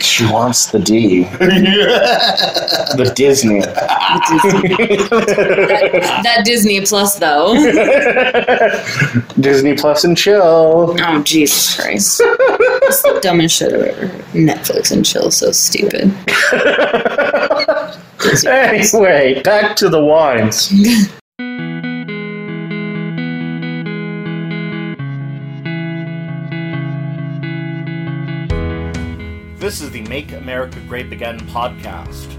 She wants the D. the Disney. That Disney Plus, though. Disney Plus and chill. Oh, Jesus Christ. It's the dumbest shit I've ever heard. Netflix and chill, so stupid. Anyway, back to the wines. This is the Make America Grape Again podcast,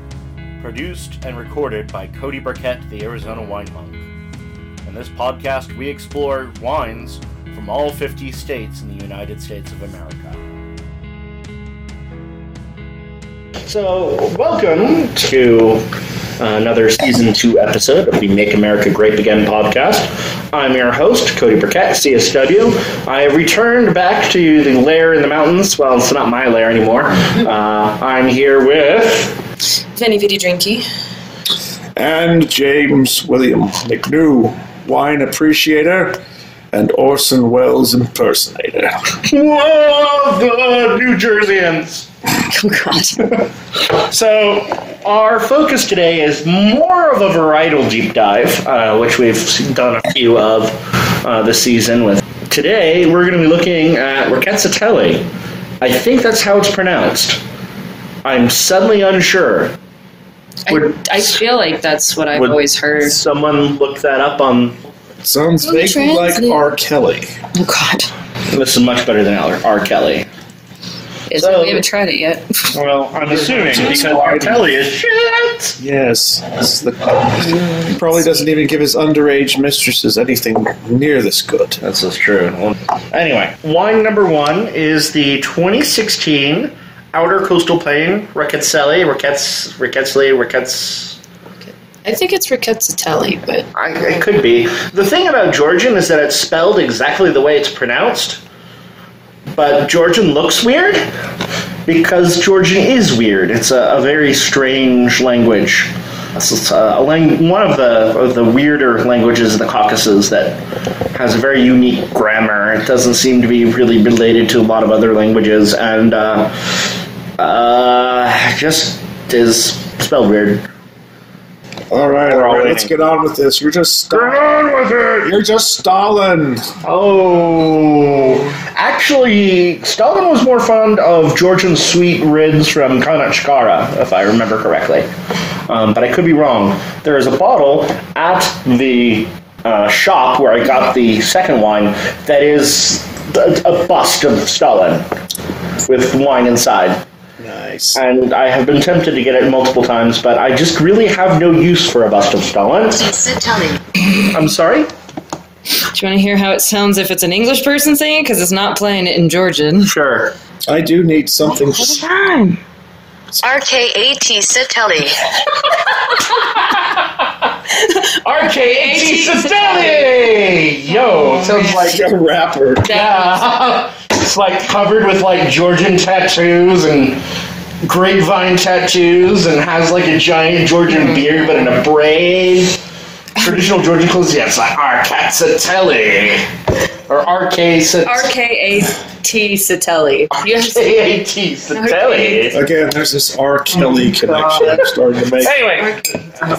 produced and recorded by Cody Burkett, the Arizona Wine Monk. In this podcast, we explore wines from all 50 states in the United States of America. So, welcome to uh, another season two episode of the Make America Great Again podcast. I'm your host, Cody Burkett, CSW. I have returned back to the lair in the mountains. Well, it's not my lair anymore. Uh, I'm here with. Vinny Vidi Drinky. and James William McNew, wine appreciator and Orson Welles impersonator. Whoa, the New Jerseyans! Oh, God. So, our focus today is more of a varietal deep dive, uh, which we've done a few of uh, this season. With today, we're going to be looking at Rickettsatelli. I think that's how it's pronounced. I'm suddenly unsure. I, I feel like that's what I've Would- always heard. Someone look that up on. Sounds Will you vaguely like translate? R. Kelly. Oh, God. This is much better than R. R. Kelly. It's, So- we haven't tried it yet. Well, I'm assuming because R. Kelly is shit. Yes, this is the, he probably doesn't even give his underage mistresses anything near this good. This is true. Well, anyway, wine number one is the 2016 Outer Coastal Plain Rickettselli, Ricketts, Rickettsli, Ricketts. I think it's Riccatelli, but I, it could be. The thing about Georgian is that it's spelled exactly the way it's pronounced, but Georgian looks weird because Georgian is weird. It's a, a very strange language. It's it's a, a lang- one of the of the weirder languages in the Caucasus that has a very unique grammar. It doesn't seem to be really related to a lot of other languages, and uh, uh, just is spelled weird. All right, all right, waiting. let's get on with this. You're just Get on stalling. with it. You're just stalling. Oh, actually, Stalin was more fond of Georgian sweet rids from Kanachkara, if I remember correctly. Um, but I could be wrong. There is a bottle at the uh, shop where I got the second wine that is a, a bust of Stalin with wine inside. Nice. And I have been tempted to get it multiple times, but I just really have no use for a bust of Stalin. I'm sorry? do you want to hear how it sounds if it's an English person saying it? Because it's not playing it in Georgian. Sure. I do need something. RKAT Satelli. RK80 Sicily! Yo, sounds like A rapper. yeah. It's like covered with like Georgian tattoos and grapevine tattoos and has like a giant Georgian beard but in a braid. Traditional Georgian clothes, yes, like Arcatsatelli. Or RK Satelli. RKAT Satelli. You have to Satelli. Again, there's this R. Kelly connection I'm starting to make. Anyway,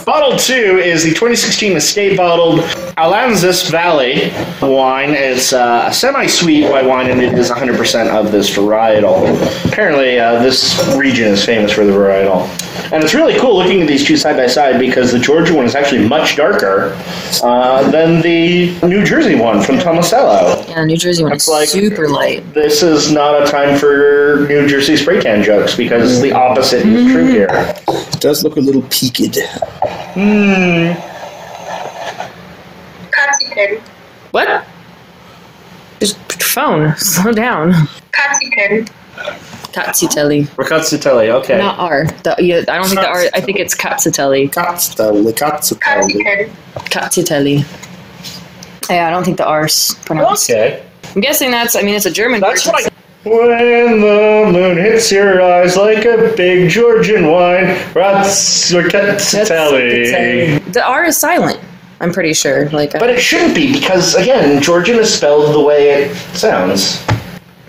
bottle two is the 2016 estate bottled Alanzas Valley wine. It's uh, a semi-sweet white wine, and it is 100% of this varietal. Apparently, uh, this region is famous for the varietal, and it's really cool looking at these two side by side because the Georgia one is actually much darker uh, than the New Jersey one from Tomasello. Yeah, New Jersey one That's is like- super light. This is not a time for New Jersey spray tan jokes because the opposite is true here. It does look a little peaked. Copycat. What? Just phone. Slow down. Copycat. Katsitelli. Ricotta okay. Not R. The, yeah, I don't think the R. I think it's Katsitelli. Katsutelli, Katsutelli. Copycat. Katsitelli. Yeah, I don't think the R's pronounced. Okay. I'm guessing that's. I mean, it's a German. That's person. what I. When the moon hits your eyes like a big Georgian wine, Ratsutali. The R is silent. I'm pretty sure. Like, But it shouldn't be because again, Georgian is spelled the way it sounds.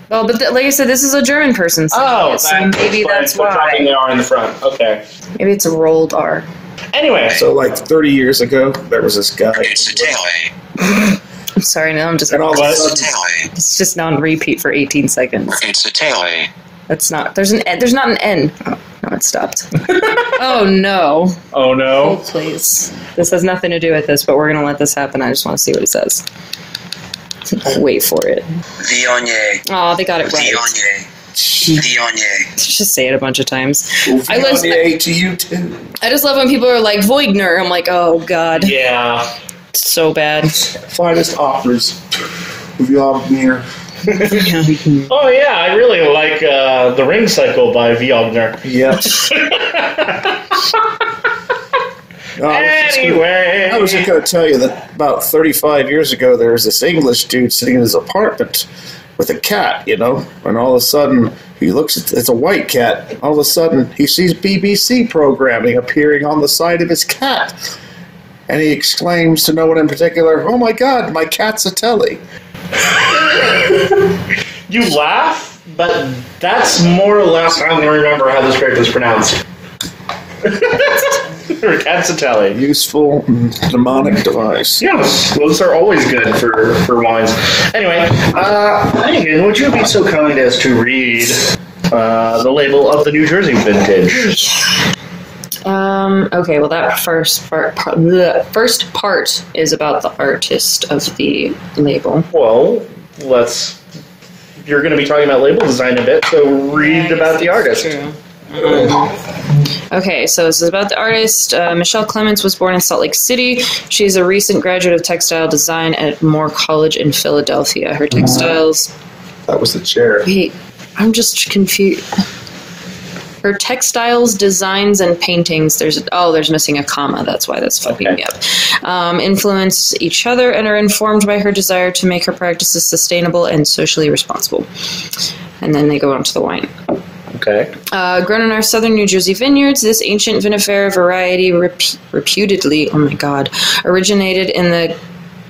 Well, but th- like I said, this is a German person. saying Oh, it, so maybe that's Dropping why. the R in the front. Okay. Maybe it's a rolled R. Anyway, So, like 30 years ago, there was this guy. Incidentally, I'm sorry, now I'm just And all of a sudden, incidentally, it's just non-repeat for 18 seconds. incidentally, That's not. There's an. N, there's not an N. Oh, no, it stopped. oh no. oh no. please. This has nothing to do with this, but we're gonna let this happen. I just want to see what it says. Wait for it. Viognier, Oh, they got it right. Viognier, Viognier. Just say it a bunch of times. I was- Viognier to you too. I just love when people are like Voigner. I'm like, oh god, Yeah. so bad. finest offers. Viognier. Oh yeah, I really like uh, the Ring Cycle by Viogner. Yes. No, I was just gonna- Anyway, I was just going to tell you that about 35 years ago, there was this English dude sitting in his apartment with a cat, you know, and all of a sudden he looks at it's a white cat. All of a sudden he sees BBC programming appearing on the side of his cat. And he exclaims to no one in particular, Oh my god, my cat's a telly. you laugh, but that's more or less I don't remember how this character is pronounced. Cazzatelli. Useful mnemonic device. Yes, those are always good for, for wines. Anyway, uh, Megan, would you be so kind as to read uh, the label of the New Jersey vintage? Um. Okay. Well, that first part, part, the first part is about the artist of the label. Well, let's. You're going to be talking about label design a bit, so read about the artist. Okay, so this is about the artist. Uh, Michelle Clements was born in Salt Lake City. She's a recent graduate of textile design at Moore College in Philadelphia. Her textiles. That was the chair. Wait, I'm just confused. Her textiles, designs, and paintings. There's oh, there's missing a comma. That's why that's fucking me up. Um, influence each other and are informed by her desire to make her practices sustainable and socially responsible. And then they go on to the wine. Okay. Uh, grown in our southern New Jersey vineyards, this ancient vinifera variety rep- reputedly, oh my god, originated in the,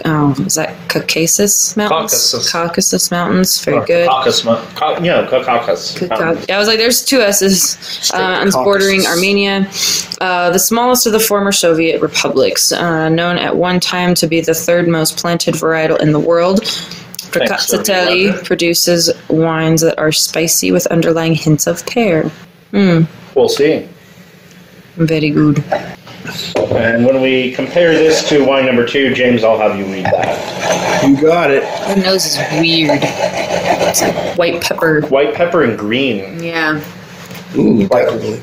oh, is that Caucasus Mountains? Caucasus. Caucasus Mountains, very good. Caucus. mo- Cau- you know, Caucus. Um, Cau- I was like, there's two S's. Uh, and it's bordering Armenia, uh, the smallest of the former Soviet republics, uh, known at one time to be the third most planted varietal in the world. Precazzatelli Soviet. produces wines that are spicy with underlying hints of pear. We'll see. Very good. And when we compare this to wine number two, James, I'll have you read that. You got it. Her nose is weird. It's like white pepper. White pepper and green. Yeah. Ooh, definitely.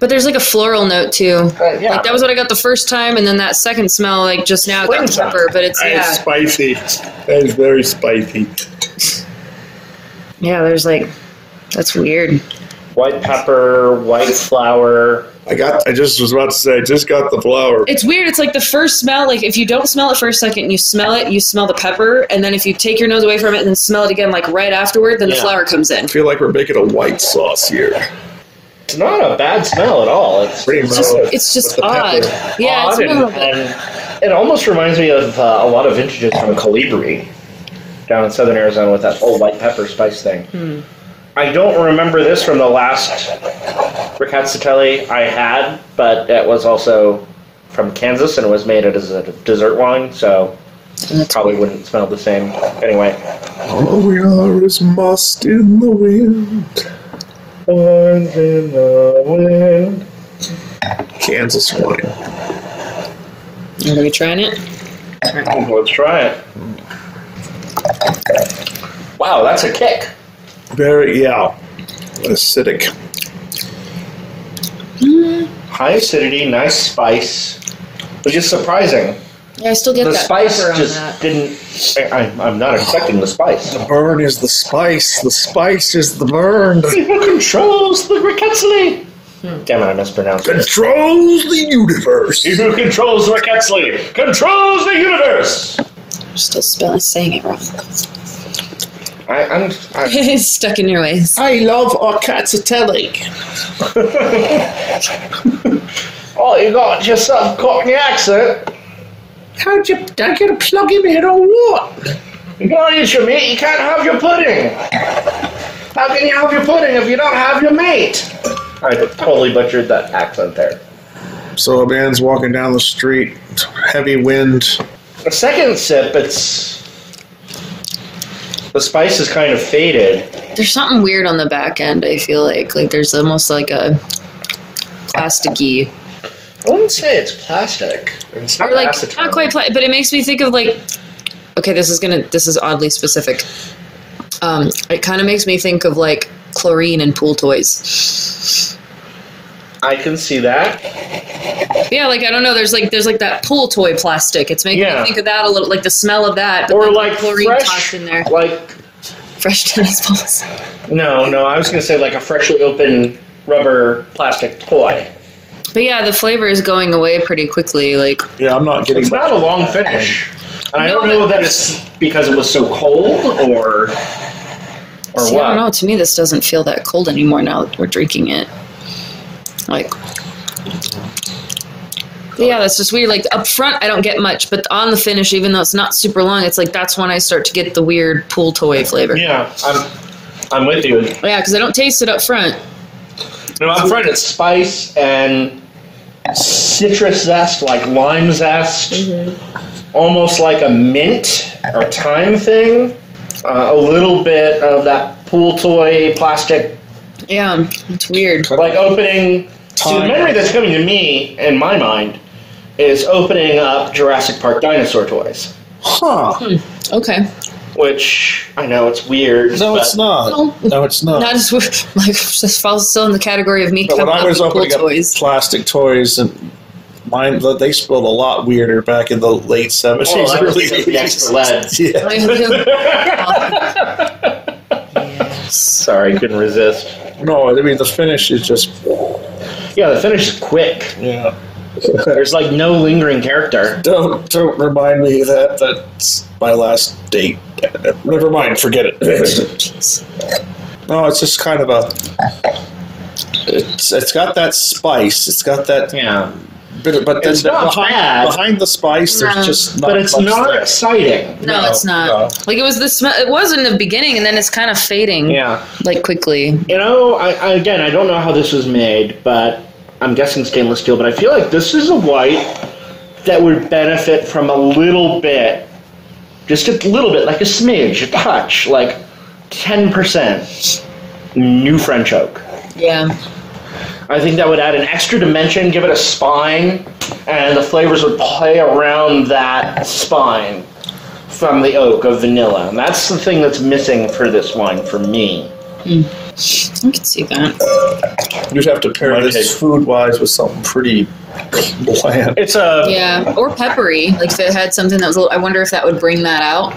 But there's like a floral note too. yeah. Like that was what I got the first time, and then that second smell, like just now, it got Spring pepper. But it's That is yeah, spicy. That is very spicy. yeah. There's like that's weird. White pepper, white flour. I got. I just was about to say. I just got the flour. It's weird. It's like the first smell. Like if you don't smell it for a second, you smell it. You smell the pepper, and then if you take your nose away from it and then smell it again, like right afterward, then the Yeah. flower comes in. I feel like we're making a white sauce here. It's not a bad smell at all. It's Pretty much. It's just, it's just odd. Yeah, odd it's weird. and, and it almost reminds me of uh, a lot of vintages from Calibri down in southern Arizona with that whole white pepper spice thing. Hmm. I don't remember this from the last Riccatelli I had, but it was also from Kansas and it was made as a dessert wine, so it probably wouldn't smell the same. Anyway, All we are is must in the wind. Kansas wine. Are we trying it? let's try it. Wow, that's a kick. Very yeah. Acidic. high acidity, nice spice, which is surprising. Yeah, I still get The that spice pepper on just that. didn't. I, I, I'm not expecting the spice. Burn is the spice. The spice is the burn. that Who controls the Rickettsli? Hmm. Damn it, I mispronounced it. Controls the universe. He who controls the Rickettsli controls the universe. Still spelling, saying it wrong. I, I'm. I, it's stuck in your ways. I love our Arcatzatelli. oh, you got yourself caught in the accent. How'd you, I gotta plug him in or what? You gotta eat your meat. You can't have your pudding. How can you have your pudding if you don't have your mate? I totally butchered that accent there. So a man's walking down the street, heavy wind. The second sip, it's. The spice is kind of faded. There's something weird on the back end, I feel like. Like there's almost like a plasticky I wouldn't say it's plastic. It's not or like acetone. not quite pla- but it makes me think of like okay this is gonna this is oddly specific um it kind of makes me think of like chlorine and pool toys I can see that. yeah like i don't know there's like there's like that pool toy plastic it's making Yeah. me think of that a little like the smell of that but Or then like chlorine fresh, tossed in there Like fresh tennis balls no, no. I was gonna say like a freshly open rubber plastic toy. but yeah the flavor is going away pretty quickly like Yeah, I'm not getting. It's not a long finish. And I No, don't know that it's because it was so cold or or see, i what. don't know to me this doesn't feel that cold anymore now that we're drinking it like But yeah that's just weird like up front i don't get much but on the finish even though it's not super long it's like that's when i start to get the weird pool toy flavor yeah Yeah, I'm I'm with you. because i don't taste it up front No, I'm afraid it's spice and citrus zest, like lime zest, Mm-hmm. almost like a mint or thyme thing. Uh, a little bit of that pool toy plastic, yeah it's weird like opening. See, the Thyme. memory that's coming to me in my mind is opening up Jurassic Park dinosaur toys, Huh? okay which I know it's weird. No, but it's not. No, it's not. not as weird like just falls still in the category of me But coming when I up was with pool opening up toys plastic toys and mine, they spilled a lot weirder back in the late seventies. Well, Oh, that was because of the extra lead. yeah. Yes. Sorry, couldn't resist. No, I mean the finish is just Yeah, the finish is quick. yeah. There's like no lingering character. Don't don't remind me of that that's my last date. Never mind, forget it. no, it's just kind of a. It's, it's got that spice. It's got that Yeah. bit, but then It's not behind, bad. behind the spice, No. there's just not but it's much not there. exciting. no, it's not like it was the smell it was in the beginning and then it's kind of fading Yeah. like quickly You know, I, I, again, I don't know how this was made, but I'm guessing stainless steel. But I feel like this is a white that would benefit from a little bit, just a little bit, like a smidge, a touch, like 10% new French oak. yeah I think that would add an extra dimension, give it a spine, and the flavors would play around that spine from the oak of vanilla. And that's the thing that's missing for this wine for me. I can see that. You'd have to pair My this take. food wise with something pretty bland. It's a Yeah, or peppery. Like if it had something that was. A little, I wonder if that would bring that out.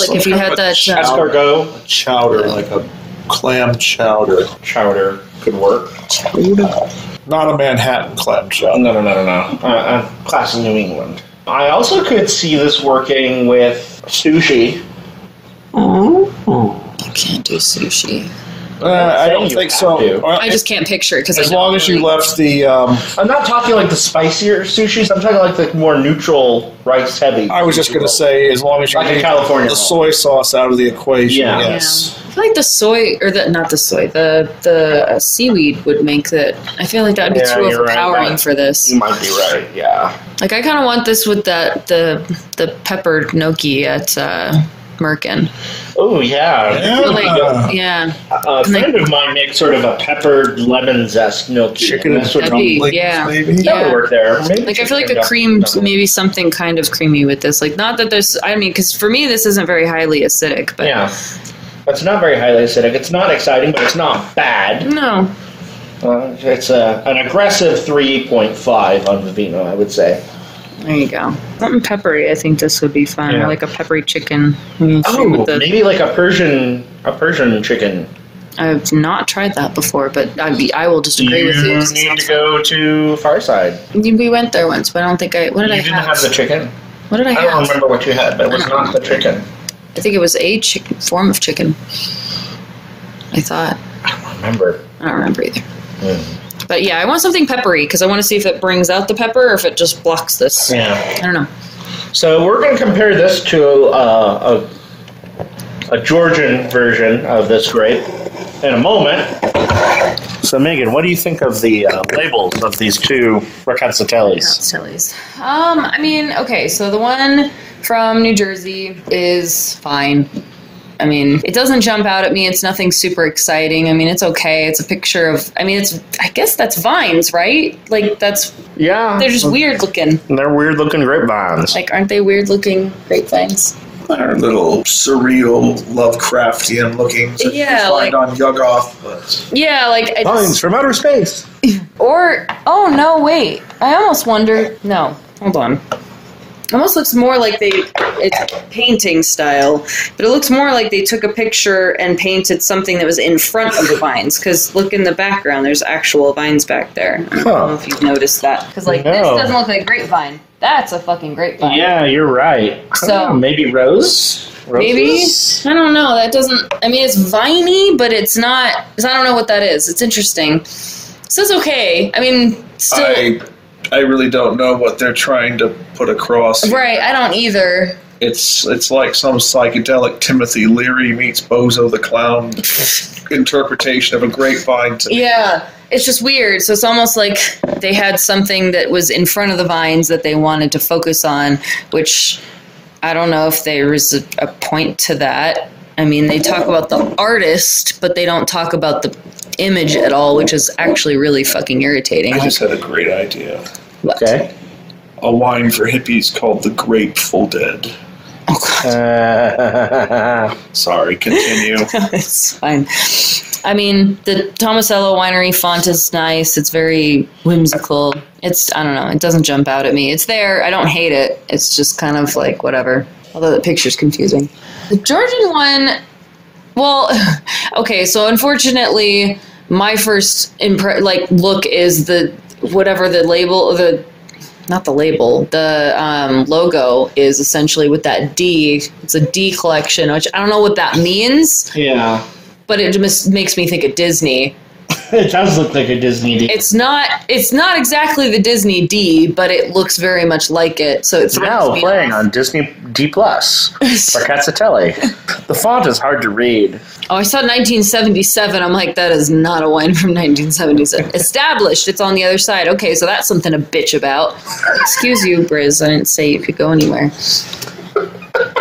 Like if you had that. Uh, escargot Chowder, like a clam chowder. chowder could work. Not a Manhattan clam chowder. No, no, no, no, no. Uh, uh, class in New England. I also could see this working with sushi. I can't do sushi. Uh, I don't you think have so. to. Or- I just can't picture it because as long as you left the, um, I'm not talking like the spicier sushis. I'm talking like the more neutral, rice heavy. I was just going to say, as long as you Like a leave California the roll. soy sauce out of the equation. Yeah. Yes. I feel like the soy or the not the soy the the uh, seaweed would make that. I feel like that would be Yeah, too you're right. overpowering That- for this. Mm. You might be right. Yeah. Like I kind of want this with that the the peppered gnocchi at uh, Merkin. Oh yeah. Yeah. But like yeah, A friend of mine makes sort of a peppered lemon zest milk Chicken and sort of be- dumplings, yeah. maybe? Yeah. that would work there. Maybe Like I chicken feel like and a dumplings. cream, maybe something kind of creamy with this. Like not that there's, I mean, because for me this isn't very highly acidic, but Yeah. It's not very highly acidic. It's not exciting, but it's not bad. no, Uh, it's a, an aggressive 3.5 on Vivino, I would say. there you go. Something peppery. I think this would be fun, Yeah. like a peppery chicken. Mm, Oh, with the- maybe like a Persian a Persian chicken. I've not tried that before, but I be, I will just agree you with you. 'cause it need sounds to go to Farside. fun. We went there once, but I don't think I. What did You I didn't have? have the chicken. what did I, I don't have? remember what you had, but it was I don't not the chicken. I think it was a chicken, form of chicken. I thought. Remember. Hmm. I don't remember either. But yeah, I want something peppery because I want to see if it brings out the pepper or if it just blocks this. Yeah. I don't know. So we're going to compare this to uh, a Georgian version of this grape in a moment. So, Megan, what do you think of the uh, labels of these two Bracansatellis? Sillies. Um, I mean, okay, so the one from New Jersey is fine. I mean, it doesn't jump out at me. It's nothing super exciting. I mean, it's okay. It's a picture of. I mean, it's. I guess that's vines, right? Like that's. Yeah, They're just weird looking. they're weird looking grapevines. Like, aren't they weird looking grapevines? They're a little surreal, Lovecraftian looking. So you Yeah, find like- on Yugoth, but Yeah, like. I Lines just, from outer space. or oh no, wait. I almost wonder. No, hold on. Almost looks more like they it's painting style, but it looks more like they took a picture and painted something that was in front of the vines. Because look in the background, there's actual vines back there. I don't know if you've noticed that. Because like this No. doesn't look like grapevine. That's a fucking grapevine. Yeah, you're right. I So- don't know, maybe rose. Maybe Roses? I don't know. That doesn't. I mean, it's viney, but it's not. 'cause I don't know what that is. It's interesting. So it's okay. I mean, still I, I really don't know what they're trying to put across. here. right. I don't either. It's it's like some psychedelic Timothy Leary meets Bozo the Clown interpretation of a grapevine. To Yeah, it's just weird. So it's almost like they had something that was in front of the vines that they wanted to focus on, which I don't know if there was a, a point to that. I mean, they talk about the artist, but they don't talk about the image at all, which is actually really fucking irritating. I just had a great idea. What? Okay. A wine for hippies called the Grateful Dead. Oh god. Uh, Sorry, continue. it's fine. I mean, the Tomasello Winery font is nice. It's very whimsical. It's I don't know. It doesn't jump out at me. It's there. I don't hate it. It's just kind of like whatever. Although the picture's confusing. The Georgian one. Well, okay. So unfortunately, my first impre- like look is the whatever the label the not the label, the um, logo is essentially with that D. It's a D collection, which I don't know what that means, yeah. but it just makes me think of Disney. It does look like a Disney D. It's not. It's not exactly the Disney D, but it looks very much like it. So it's It's now playing on Disney D Plus for Cazzatelli. the font is hard to read. Oh, I saw 1977. I'm like, that is not a wine from 1977. Established. It's on the other side. Okay, so that's something to bitch about. Excuse you, Briz. I didn't say you could go anywhere.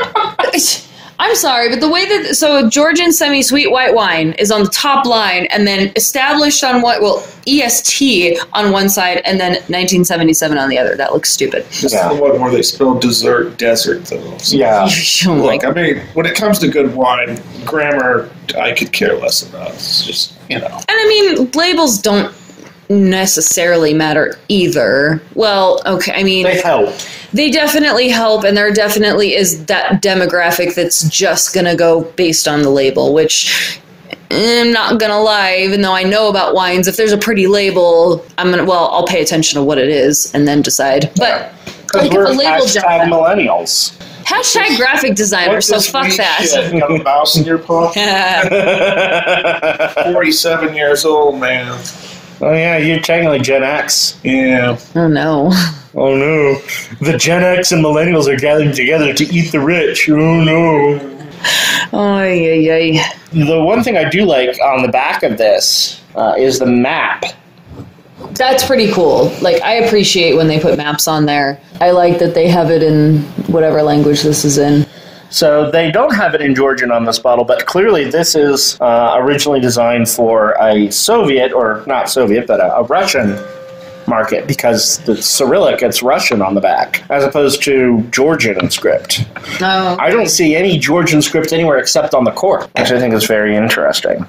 I'm sorry, but the way that so a Georgian semi-sweet white wine is on the top line, and then established on what well EST on one side, and then 1977 on the other. That looks stupid. This is the one where they spell dessert desert though. So, Yeah. Oh my Look, I mean, when it comes to good wine, grammar, I could care less about. It's just you know. And I mean, labels don't necessarily matter either. Well, okay, I mean, They help. they definitely help, and there definitely is that demographic that's just gonna go based on the label, which. I'm not gonna lie, even though I know about wines, if there's a pretty label, I'm gonna, well, I'll pay attention to what it is and then decide. But, Because like, we're if the label jump hashtag millennials. hashtag graphic designer, so fuck that. Got a mouse in your pocket. Forty-seven years old, man. oh yeah, you're technically Gen X. Yeah. oh no. Oh no, the Gen X and millennials are gathering together to eat the rich. Oh no. Oh, yeah, yeah. The one thing I do like on the back of this uh, is the map. That's pretty cool. Like I appreciate when they put maps on there. I like that they have it in whatever language this is in. So they don't have it in Georgian on this bottle, but clearly this is uh, originally designed for a Soviet, or not Soviet, but a, a Russian market because the Cyrillic, it's Russian on the back, as opposed to Georgian script. No. I don't see any Georgian script anywhere except on the cork, which I think is very interesting.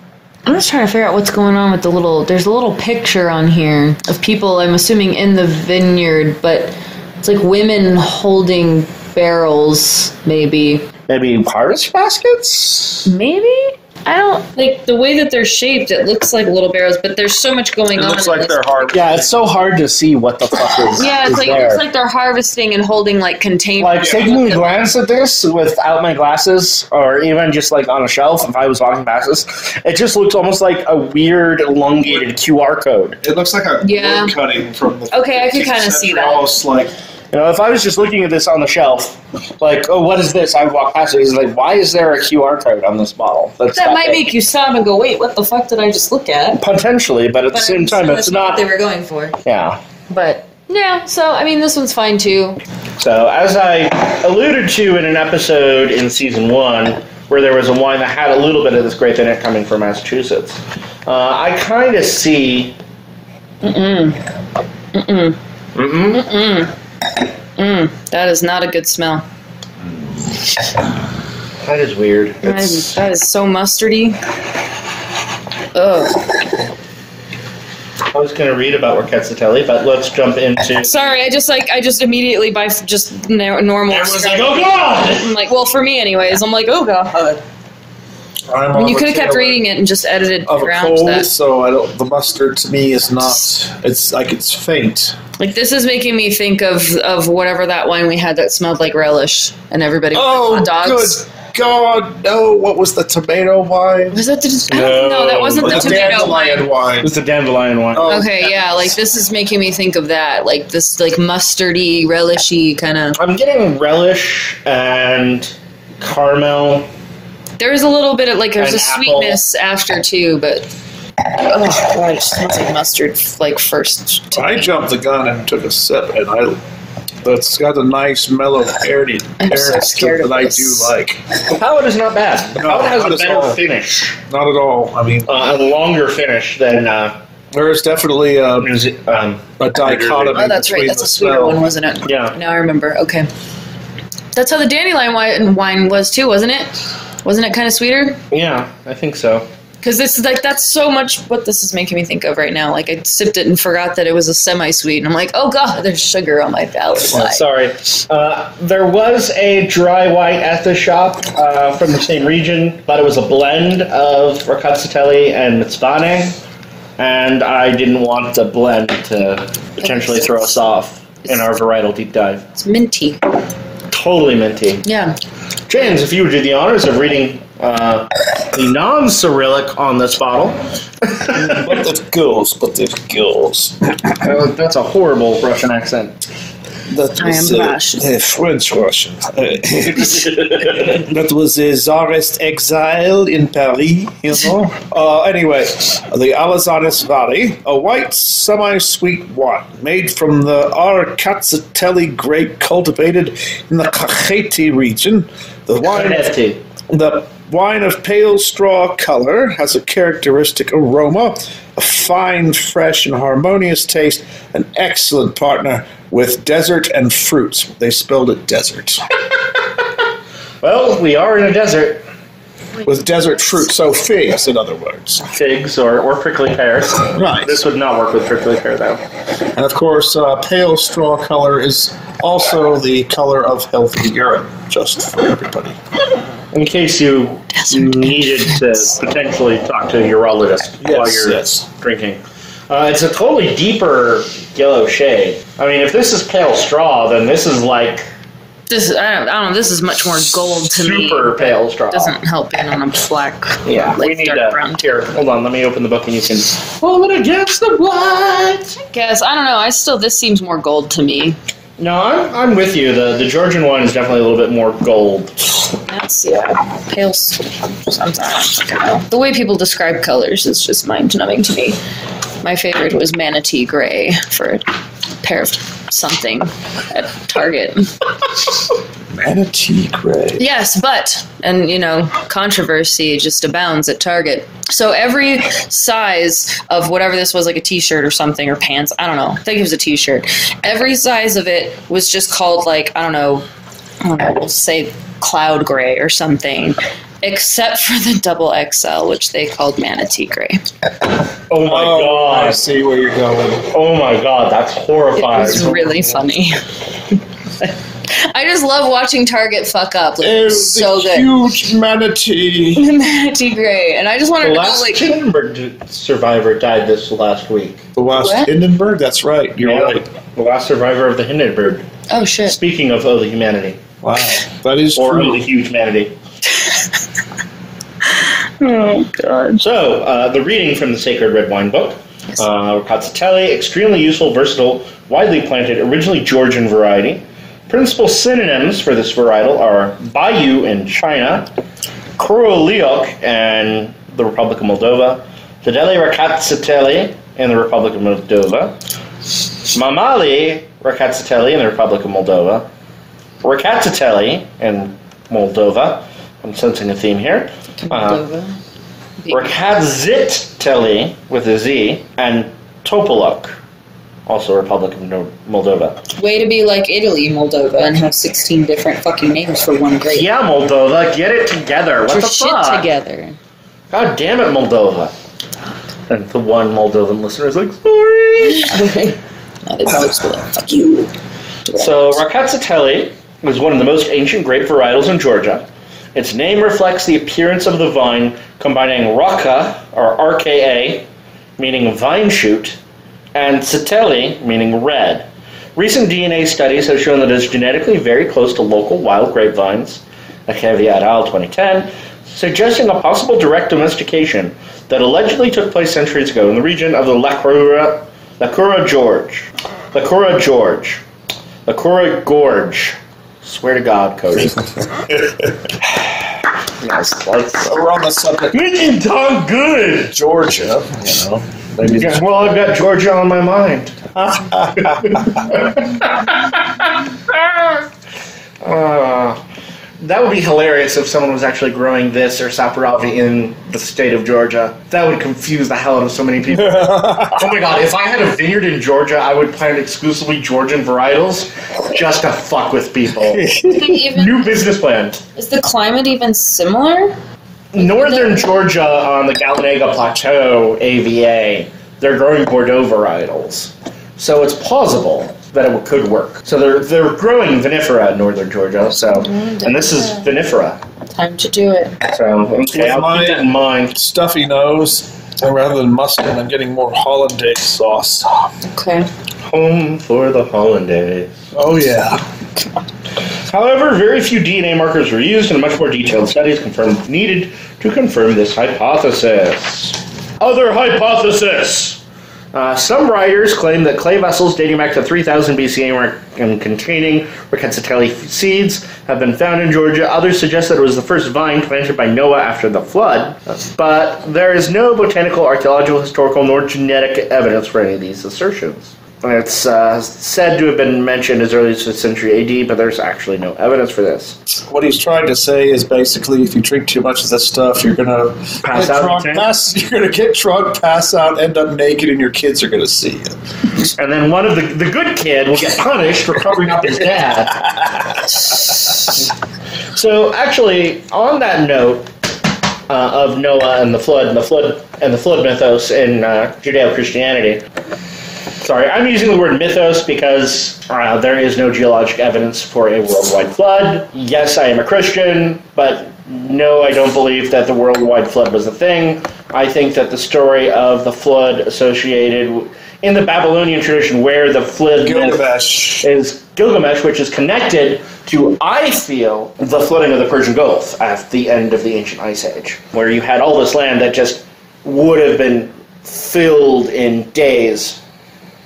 I'm just trying to figure out what's going on with the little there's a little picture on here of people I'm assuming in the vineyard, but it's like women holding barrels maybe. Maybe harvest Mm. baskets? Maybe? I don't like the way that they're shaped, it looks like little barrels, but there's so much going It on. looks in like this they're hard. Yeah, it's so hard to see what the fuck is, yeah, is it's like it there. looks like they're harvesting and holding like containers. Like taking a glance at this without my glasses, or even just like on a shelf if I was walking past this, it just looks almost like a wered elongated QR code. It looks like a Yeah. wood cutting from the. Okay, I could 15th kinda see century, that. Almost like You know, if I was just looking at this on the shelf, like, oh, what is this? I would walk past it. It's like, why is there a QR code on this bottle? That's That might big. make you stop and go, wait, what the fuck did I just look at? potentially, but at the same time, it's not. what they were going for. Yeah. But no, so I mean, this one's fine too. So, as I alluded to in an episode in season one, where there was a wine that had a little bit of this grape in it coming from Massachusetts, uh, I kind of see. That is not a good smell. That is weird. That is, that is so mustardy. Ugh. I was going to read about Worketzatelli, but let's jump into. Sorry, I just like I just immediately by f- just no, normal. Everyone's like, oh god! I'm like, well, for me, anyways, I'm like, oh god. I'm on And you the could have kept tail reading it and just edited Of a around cold, that. so I don't. The mustard to me is not. It's like it's faint. Like this is making me think of of whatever that wine we had that smelled like relish, and everybody was Oh, like, hot dogs. good God! No, what was the tomato wine? Was that the? I don't know. That wasn't the The tomato wine. dandelion wine. It's the dandelion wine. Oh, Okay, yeah, like this is making me think of that, like this, like mustardy, relishy kind of. I'm getting relish and caramel. There is a little bit of like there's a An apple. sweetness after too, but oh god, it smells like mustard like first. To I me. jumped the gun and took a sip, and I. That's got a nice mellow parity I'm so parity scared of that I this. do like. The palate is not bad. The No, palate has not a at better all. finish, Not at all. I mean, uh, a longer finish than uh, there is definitely a, New Ze- um, a dichotomy Oh, that's between right. That's the a sweeter smell. one, wasn't it? Yeah. Now I remember. Okay. That's how the dandelion wine wine was too, wasn't it? Wasn't it kind of sweeter? yeah, I think so. Because this is like that's so much what this is making me think of right now. Like I sipped it and forgot that it was a semi-sweet, and I'm like, oh god, there's sugar on my palate. Why? Sorry. Uh, there was a dry white at the shop uh, from the same region, but it was a blend of Ricazzatelli and Mitzvane, and I didn't want the blend to potentially throw us off in our varietal deep dive. It's minty. Totally minty. Yeah. James, if you would do the honors of reading uh, the non Cyrillic on this bottle. But the girls, but the girls. Oh, that's a horrible Russian accent. That I was am uh, Russian. uh, French Russian. that was the Tsarist exile in Paris, you know. uh, anyway, the Alizanis Valley, a white semi-sweet wine made from the Arcazzatelli grape cultivated in the Cajete region. The wine NFT. the wine of pale straw color has a characteristic aroma, a fine, fresh, and harmonious taste, an excellent partner with desert and fruits. They spelled it desert. Well, we are in a desert. with desert fruit, so figs, in other words. Figs or, or prickly pears. Right. This would not work with prickly pear, though. And of course, uh, pale straw color is also the color of healthy urine, just for everybody. In case you needed to potentially talk to a urologist while Yes, you're yes. drinking. Uh, it's a totally deeper yellow shade. I mean, if this is pale straw, then this is like This I don't, I don't know. This is much more gold to me. super pale straw. Doesn't help being on a black. yeah, like we need to. dark brown. Here, hold on. Let me open the book and you can. Hold it against the light. Guess I don't know. I still this seems more gold to me. No, I'm, I'm with you. The the Georgian wine is definitely a little bit more gold. That's yeah, pale. s- I'm sorry, I don't know. The way people describe colors is just mind numbing to me. My favorite was manatee gray for a pair of something at Target. Manatee gray. Yes, but and you know, controversy just abounds at Target. So every size of whatever this was, like a T-shirt or something or pants, I don't know. I think it was a T-shirt. Every size of it was just called like I don't know. I don't know. We'll say cloud gray or something, except for the double XL, which they called manatee gray. Oh my Oh, I god! see where you're going. Oh my god! That's It horrifying. was really funny. I just love watching Target fuck up. Like, Oh, it's so the good. huge manatee. the manatee gray, and I just wanted the to know last like Hindenburg d- survivor died this last week. The last What? Hindenburg? That's right. You're right. The last survivor of the Hindenburg. oh shit. Speaking of oh the humanity Wow. That is or oh true. the huge humanity. Oh god. So uh, the reading from the Sacred Red Wine Book. Nice. Uh, Ricozzatelli, extremely useful, versatile, widely planted, originally Georgian variety. Principal synonyms for this varietal are Bayou in China, Kurulioch and the Republic of Moldova, Fidele Ricozzatelli in the Republic of Moldova, Mamali Ricozzatelli in the Republic of Moldova, Ricozzatelli in Moldova. I'm sensing a theme here. Uh, Moldova. The- Rakazitteli with a Z and Topolok, also Republic of No- Moldova. Way to be like Italy, Moldova, and have 16 different fucking names for one grape. Yeah, Moldova, get it together. What Get the your shit fuck? together. God damn it, Moldova. And the one Moldovan listener is like, sorry. That is how it's spelled. Fuck you. So Rakatzatelli is one of the most ancient grape varietals in Georgia. Its name reflects the appearance of the vine, combining raka or RKA, meaning vine shoot, and siteli, meaning red. Recent DNA studies have shown that it is genetically very close to local wild grapevines, Acacia al 2010, suggesting a possible direct domestication that allegedly took place centuries ago in the region of the Lacura, Lacura George. Lacura George. Lacura Gorge. Swear to God, Cody. We're on the subject of Making Tom good. Georgia, you know. Maybe Yeah, well, I've got Georgia on my mind. Ah. Uh, that would be hilarious if someone was actually growing this or Saporovi in the state of Georgia. That would confuse the hell out of so many people. oh my god, if I had a vineyard in Georgia, I would plant exclusively Georgian varietals just to fuck with people. Is, it even, New business plan. is the climate even similar? Northern Georgia on the Gallalega Plateau AVA, they're growing Bordeaux varietals. So it's plausible that it could work. So they're they're growing vinifera in northern Georgia. So and this is vinifera. Time to do it. So okay, I'll keep that in mind. Stuffy nose. And rather than mustard, I'm getting more hollandaise sauce. Okay. Home for the hollandaise. Oh yeah. However, very few DNA markers were used, and much more detailed studies confirmed needed to confirm this hypothesis. Other hypothesis. Uh, some writers claim that clay vessels dating back to 3000 BCE were- and containing Riccatelli seeds have been found in Georgia. Others suggest that it was the first vine planted by Noah after the flood, but there is no botanical, archaeological, historical, nor genetic evidence for any of these assertions. It's uh, said to have been mentioned as early as the century AD, but there's actually no evidence for this. what he's trying to say is basically if you drink too much of this stuff, you're gonna Pass get out, drunk, okay? pass, you're gonna get drunk, pass out, end up naked, and your kids are gonna see you. And then one of the the good kid will get punished for covering up his dad. so actually, on that note uh, of Noah and the flood and the flood and the flood mythos in uh, Judeo Christianity. Sorry, I'm using the word mythos because uh, there is no geologic evidence for a worldwide flood. Yes, I am a Christian, but no, I don't believe that the worldwide flood was a thing. I think that the story of the flood associated w- in the Babylonian tradition, where the flood myth- Gilgamesh. is Gilgamesh, which is connected to, I feel, the flooding of the Persian Gulf at the end of the ancient Ice Age, where you had all this land that just would have been filled in days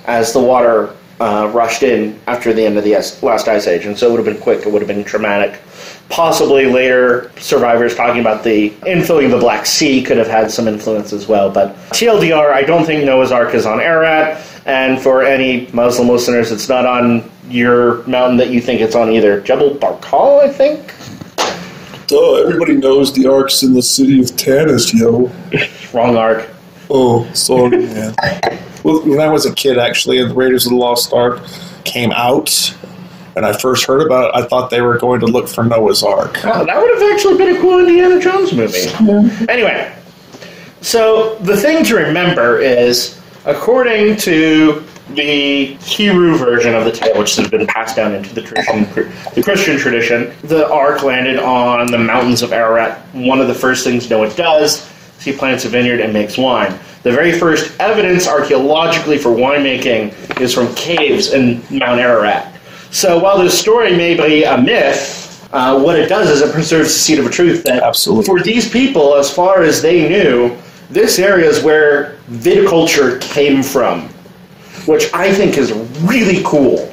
as the water uh, rushed in after the end of the ice- last Ice Age. And so it would have been quick, it would have been traumatic. Possibly later survivors talking about the infilling of the Black Sea could have had some influence as well. But TLDR, I don't think Noah's Ark is on Ararat. And for any Muslim listeners, it's not on your mountain that you think it's on either. Jebel Barkal, I think? Duh, everybody knows the ark's in the city of Tanis, yo. Wrong arc. Oh, sorry, man. well, when I was a kid, actually, the Raiders of the Lost Ark came out, and I first heard about it, I thought they were going to look for Noah's Ark. Wow, that would have actually been a cool Indiana Jones movie. Anyway, so the thing to remember is, according to the Hebrew version of the tale, which has been passed down into the tradition, the Christian tradition, the ark landed on the mountains of Ararat. One of the first things Noah does is he plants a vineyard and makes wine. The very first evidence archaeologically for winemaking is from caves in Mount Ararat. So while this story may be a myth, uh, what it does is it preserves the seed of a truth that Absolutely. for these people, as far as they knew, this area is where viticulture came from, which I think is really cool.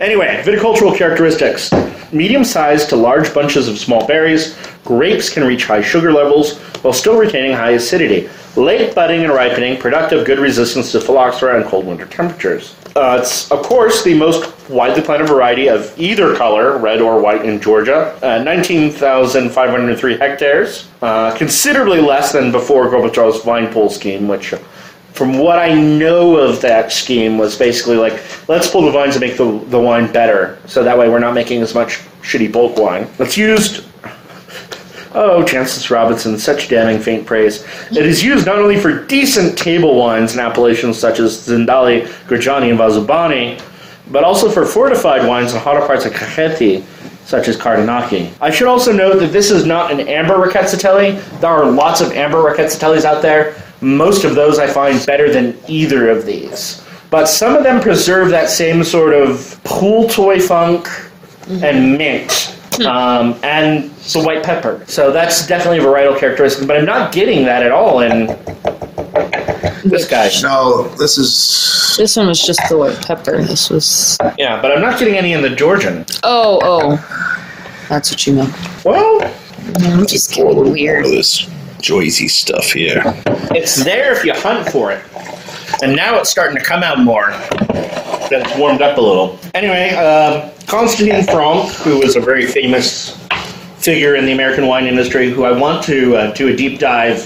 Anyway, viticultural characteristics medium sized to large bunches of small berries. Grapes can reach high sugar levels while still retaining high acidity. Late budding and ripening, productive, good resistance to phylloxera and cold winter temperatures. Uh, it's, of course, the most widely planted variety of either color, red or white, in Georgia. Uh, 19,503 hectares, uh, considerably less than before Gorbachev's vine pool scheme, which from what I know of that scheme was basically like let's pull the vines and make the, the wine better so that way we're not making as much shitty bulk wine. It's used oh Chances Robinson, such damning faint praise. It is used not only for decent table wines and appellations such as Zindali, Grigiani, and Vazubani, but also for fortified wines in hotter parts of Cajeti, such as Cardinaki. I should also note that this is not an amber Racchettatelli. There are lots of amber Racchettatellis out there. Most of those I find better than either of these. But some of them preserve that same sort of pool toy funk and mint. Um, and the white pepper. So that's definitely a varietal characteristic, but I'm not getting that at all in this guy. No, this is This one was just the white pepper. This was. Yeah, but I'm not getting any in the Georgian. Oh, oh. That's what you meant. Well, I'm just getting weird. this joyzy stuff here. It's there if you hunt for it. And now it's starting to come out more. That it's warmed up a little. Anyway, um Constantine Franck, who was a very famous figure in the American wine industry, who I want to uh, do a deep dive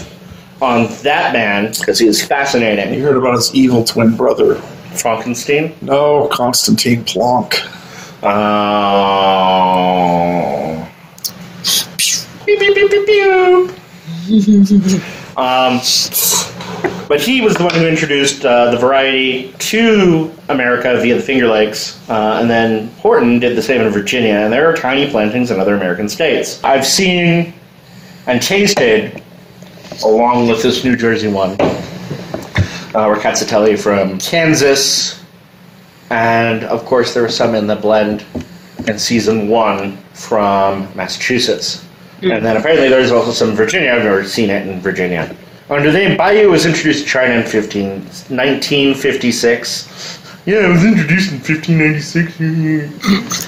on that man because he is You fascinating. heard about his evil twin brother? Frankenstein. No, Constantine Planck. Uh, Oh. Pew, pew, pew, pew, pew. um, but he was the one who introduced uh, the variety to America via the Finger Lakes, uh, and then Horton did the same in Virginia, and there are tiny plantings in other American states. I've seen and tasted, along with this New Jersey one, uh, Raccazzatelli from Kansas, and of course, there were some in the blend in season one from Massachusetts. And then apparently, there's also some Virginia. I've never seen it in Virginia. Under the name Bayou was introduced to China in 15, 1956. Yeah, it was introduced in 1596.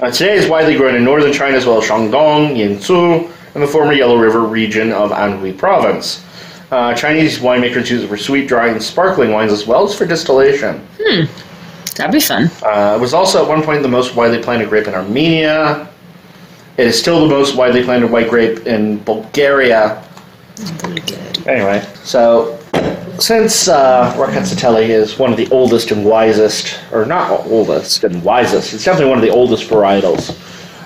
uh, today is widely grown in northern China as well as Shandong, Yansu, and the former Yellow River region of Anhui Province. Uh, Chinese winemakers use it for sweet, dry, and sparkling wines as well as for distillation. That'd be fun. Uh, it was also at one point the most widely planted grape in Armenia. It is still the most widely planted white grape in Bulgaria. Anyway, so since uh, Raccazzatelli is one of the oldest and wisest, or not oldest and wisest, it's definitely one of the oldest varietals.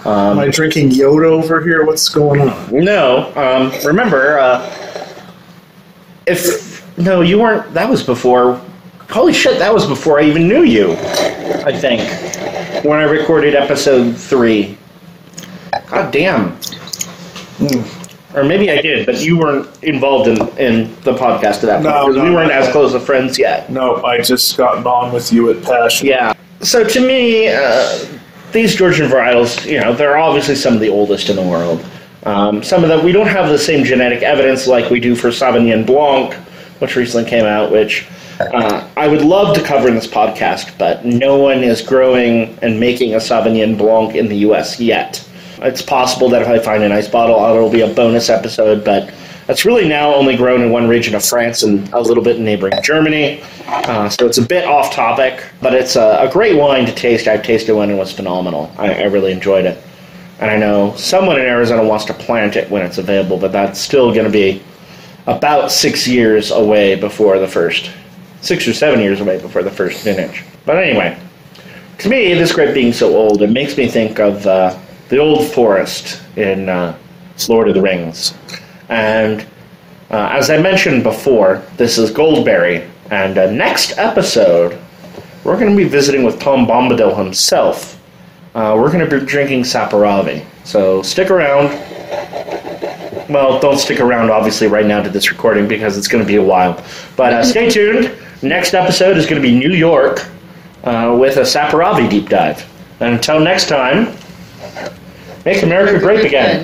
Am I drinking Yoda over here? What's going on? No, um, remember, uh, if no, you weren't. That was before. Holy shit, that was before I even knew you. I think when I recorded episode three. God damn. Hmm. Or maybe I did, but you weren't involved in, in the podcast at that point No, because we no, weren't no. as close of friends yet. No, I just gotten on with you at Passion. Yeah. So to me, uh, these Georgian varietals, you know, they're obviously some of the oldest in the world. Um, some of them, we don't have the same genetic evidence like we do for Sauvignon Blanc, which recently came out, which uh, I would love to cover in this podcast, but no one is growing and making a Sauvignon Blanc in the U.S. yet. It's possible that if I find a nice bottle, uh, it'll be a bonus episode, but that's really now only grown in one region of France and a little bit in neighboring Germany. Uh, so it's a bit off topic, but it's a, a great wine to taste. I've tasted one and it was phenomenal. I, I really enjoyed it. And I know someone in Arizona wants to plant it when it's available, but that's still going to be about six years away before the first, six or seven years away before the first vintage. But anyway, to me, this grape being so old, it makes me think of uh, the old forest in uh, Lord of the Rings. And uh, as I mentioned before, this is Goldberry. And uh, next episode, we're going to be visiting with Tom Bombadil himself. Uh, we're going to be drinking Saparavi. So stick around. Well, don't stick around, obviously, right now to this recording because it's going to be a while. But uh, stay tuned. Next episode is going to be New York uh, with a Saparavi deep dive. And until next time, make America great again.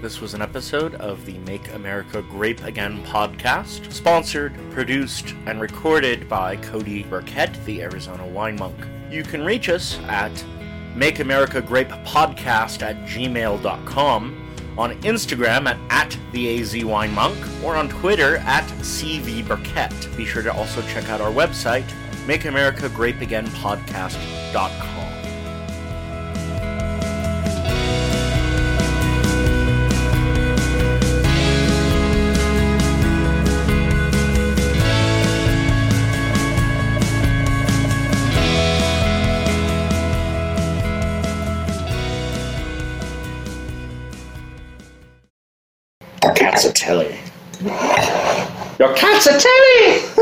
This was an episode of the Make America Grape Again podcast, sponsored, produced, and recorded by Cody Burkett, the Arizona Wine Monk. You can reach us at Make America Grape Podcast at gmail.com, on Instagram at, at the AZ Wine Monk, or on Twitter at CV Burkett. Be sure to also check out our website, makeamericagreatagainpodcast.com. Your cat's a teddy!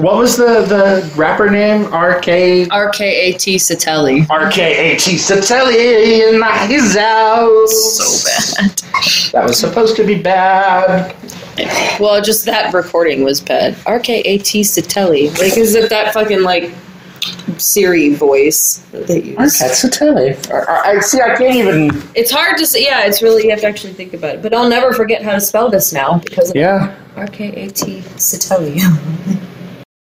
what was the, the rapper name? RK. RKAT Satelli. RKAT Satelli in my- his house. So bad. That was supposed to be bad. Well, just that recording was bad. RKAT Satelli. Like, is it that fucking, like, Siri voice that they use? That's a telly. I, I see, I can't even. It's hard to say. Yeah, it's really, you have to actually think about it. But I'll never forget how to spell this now because of Yeah. RKAT Satelli.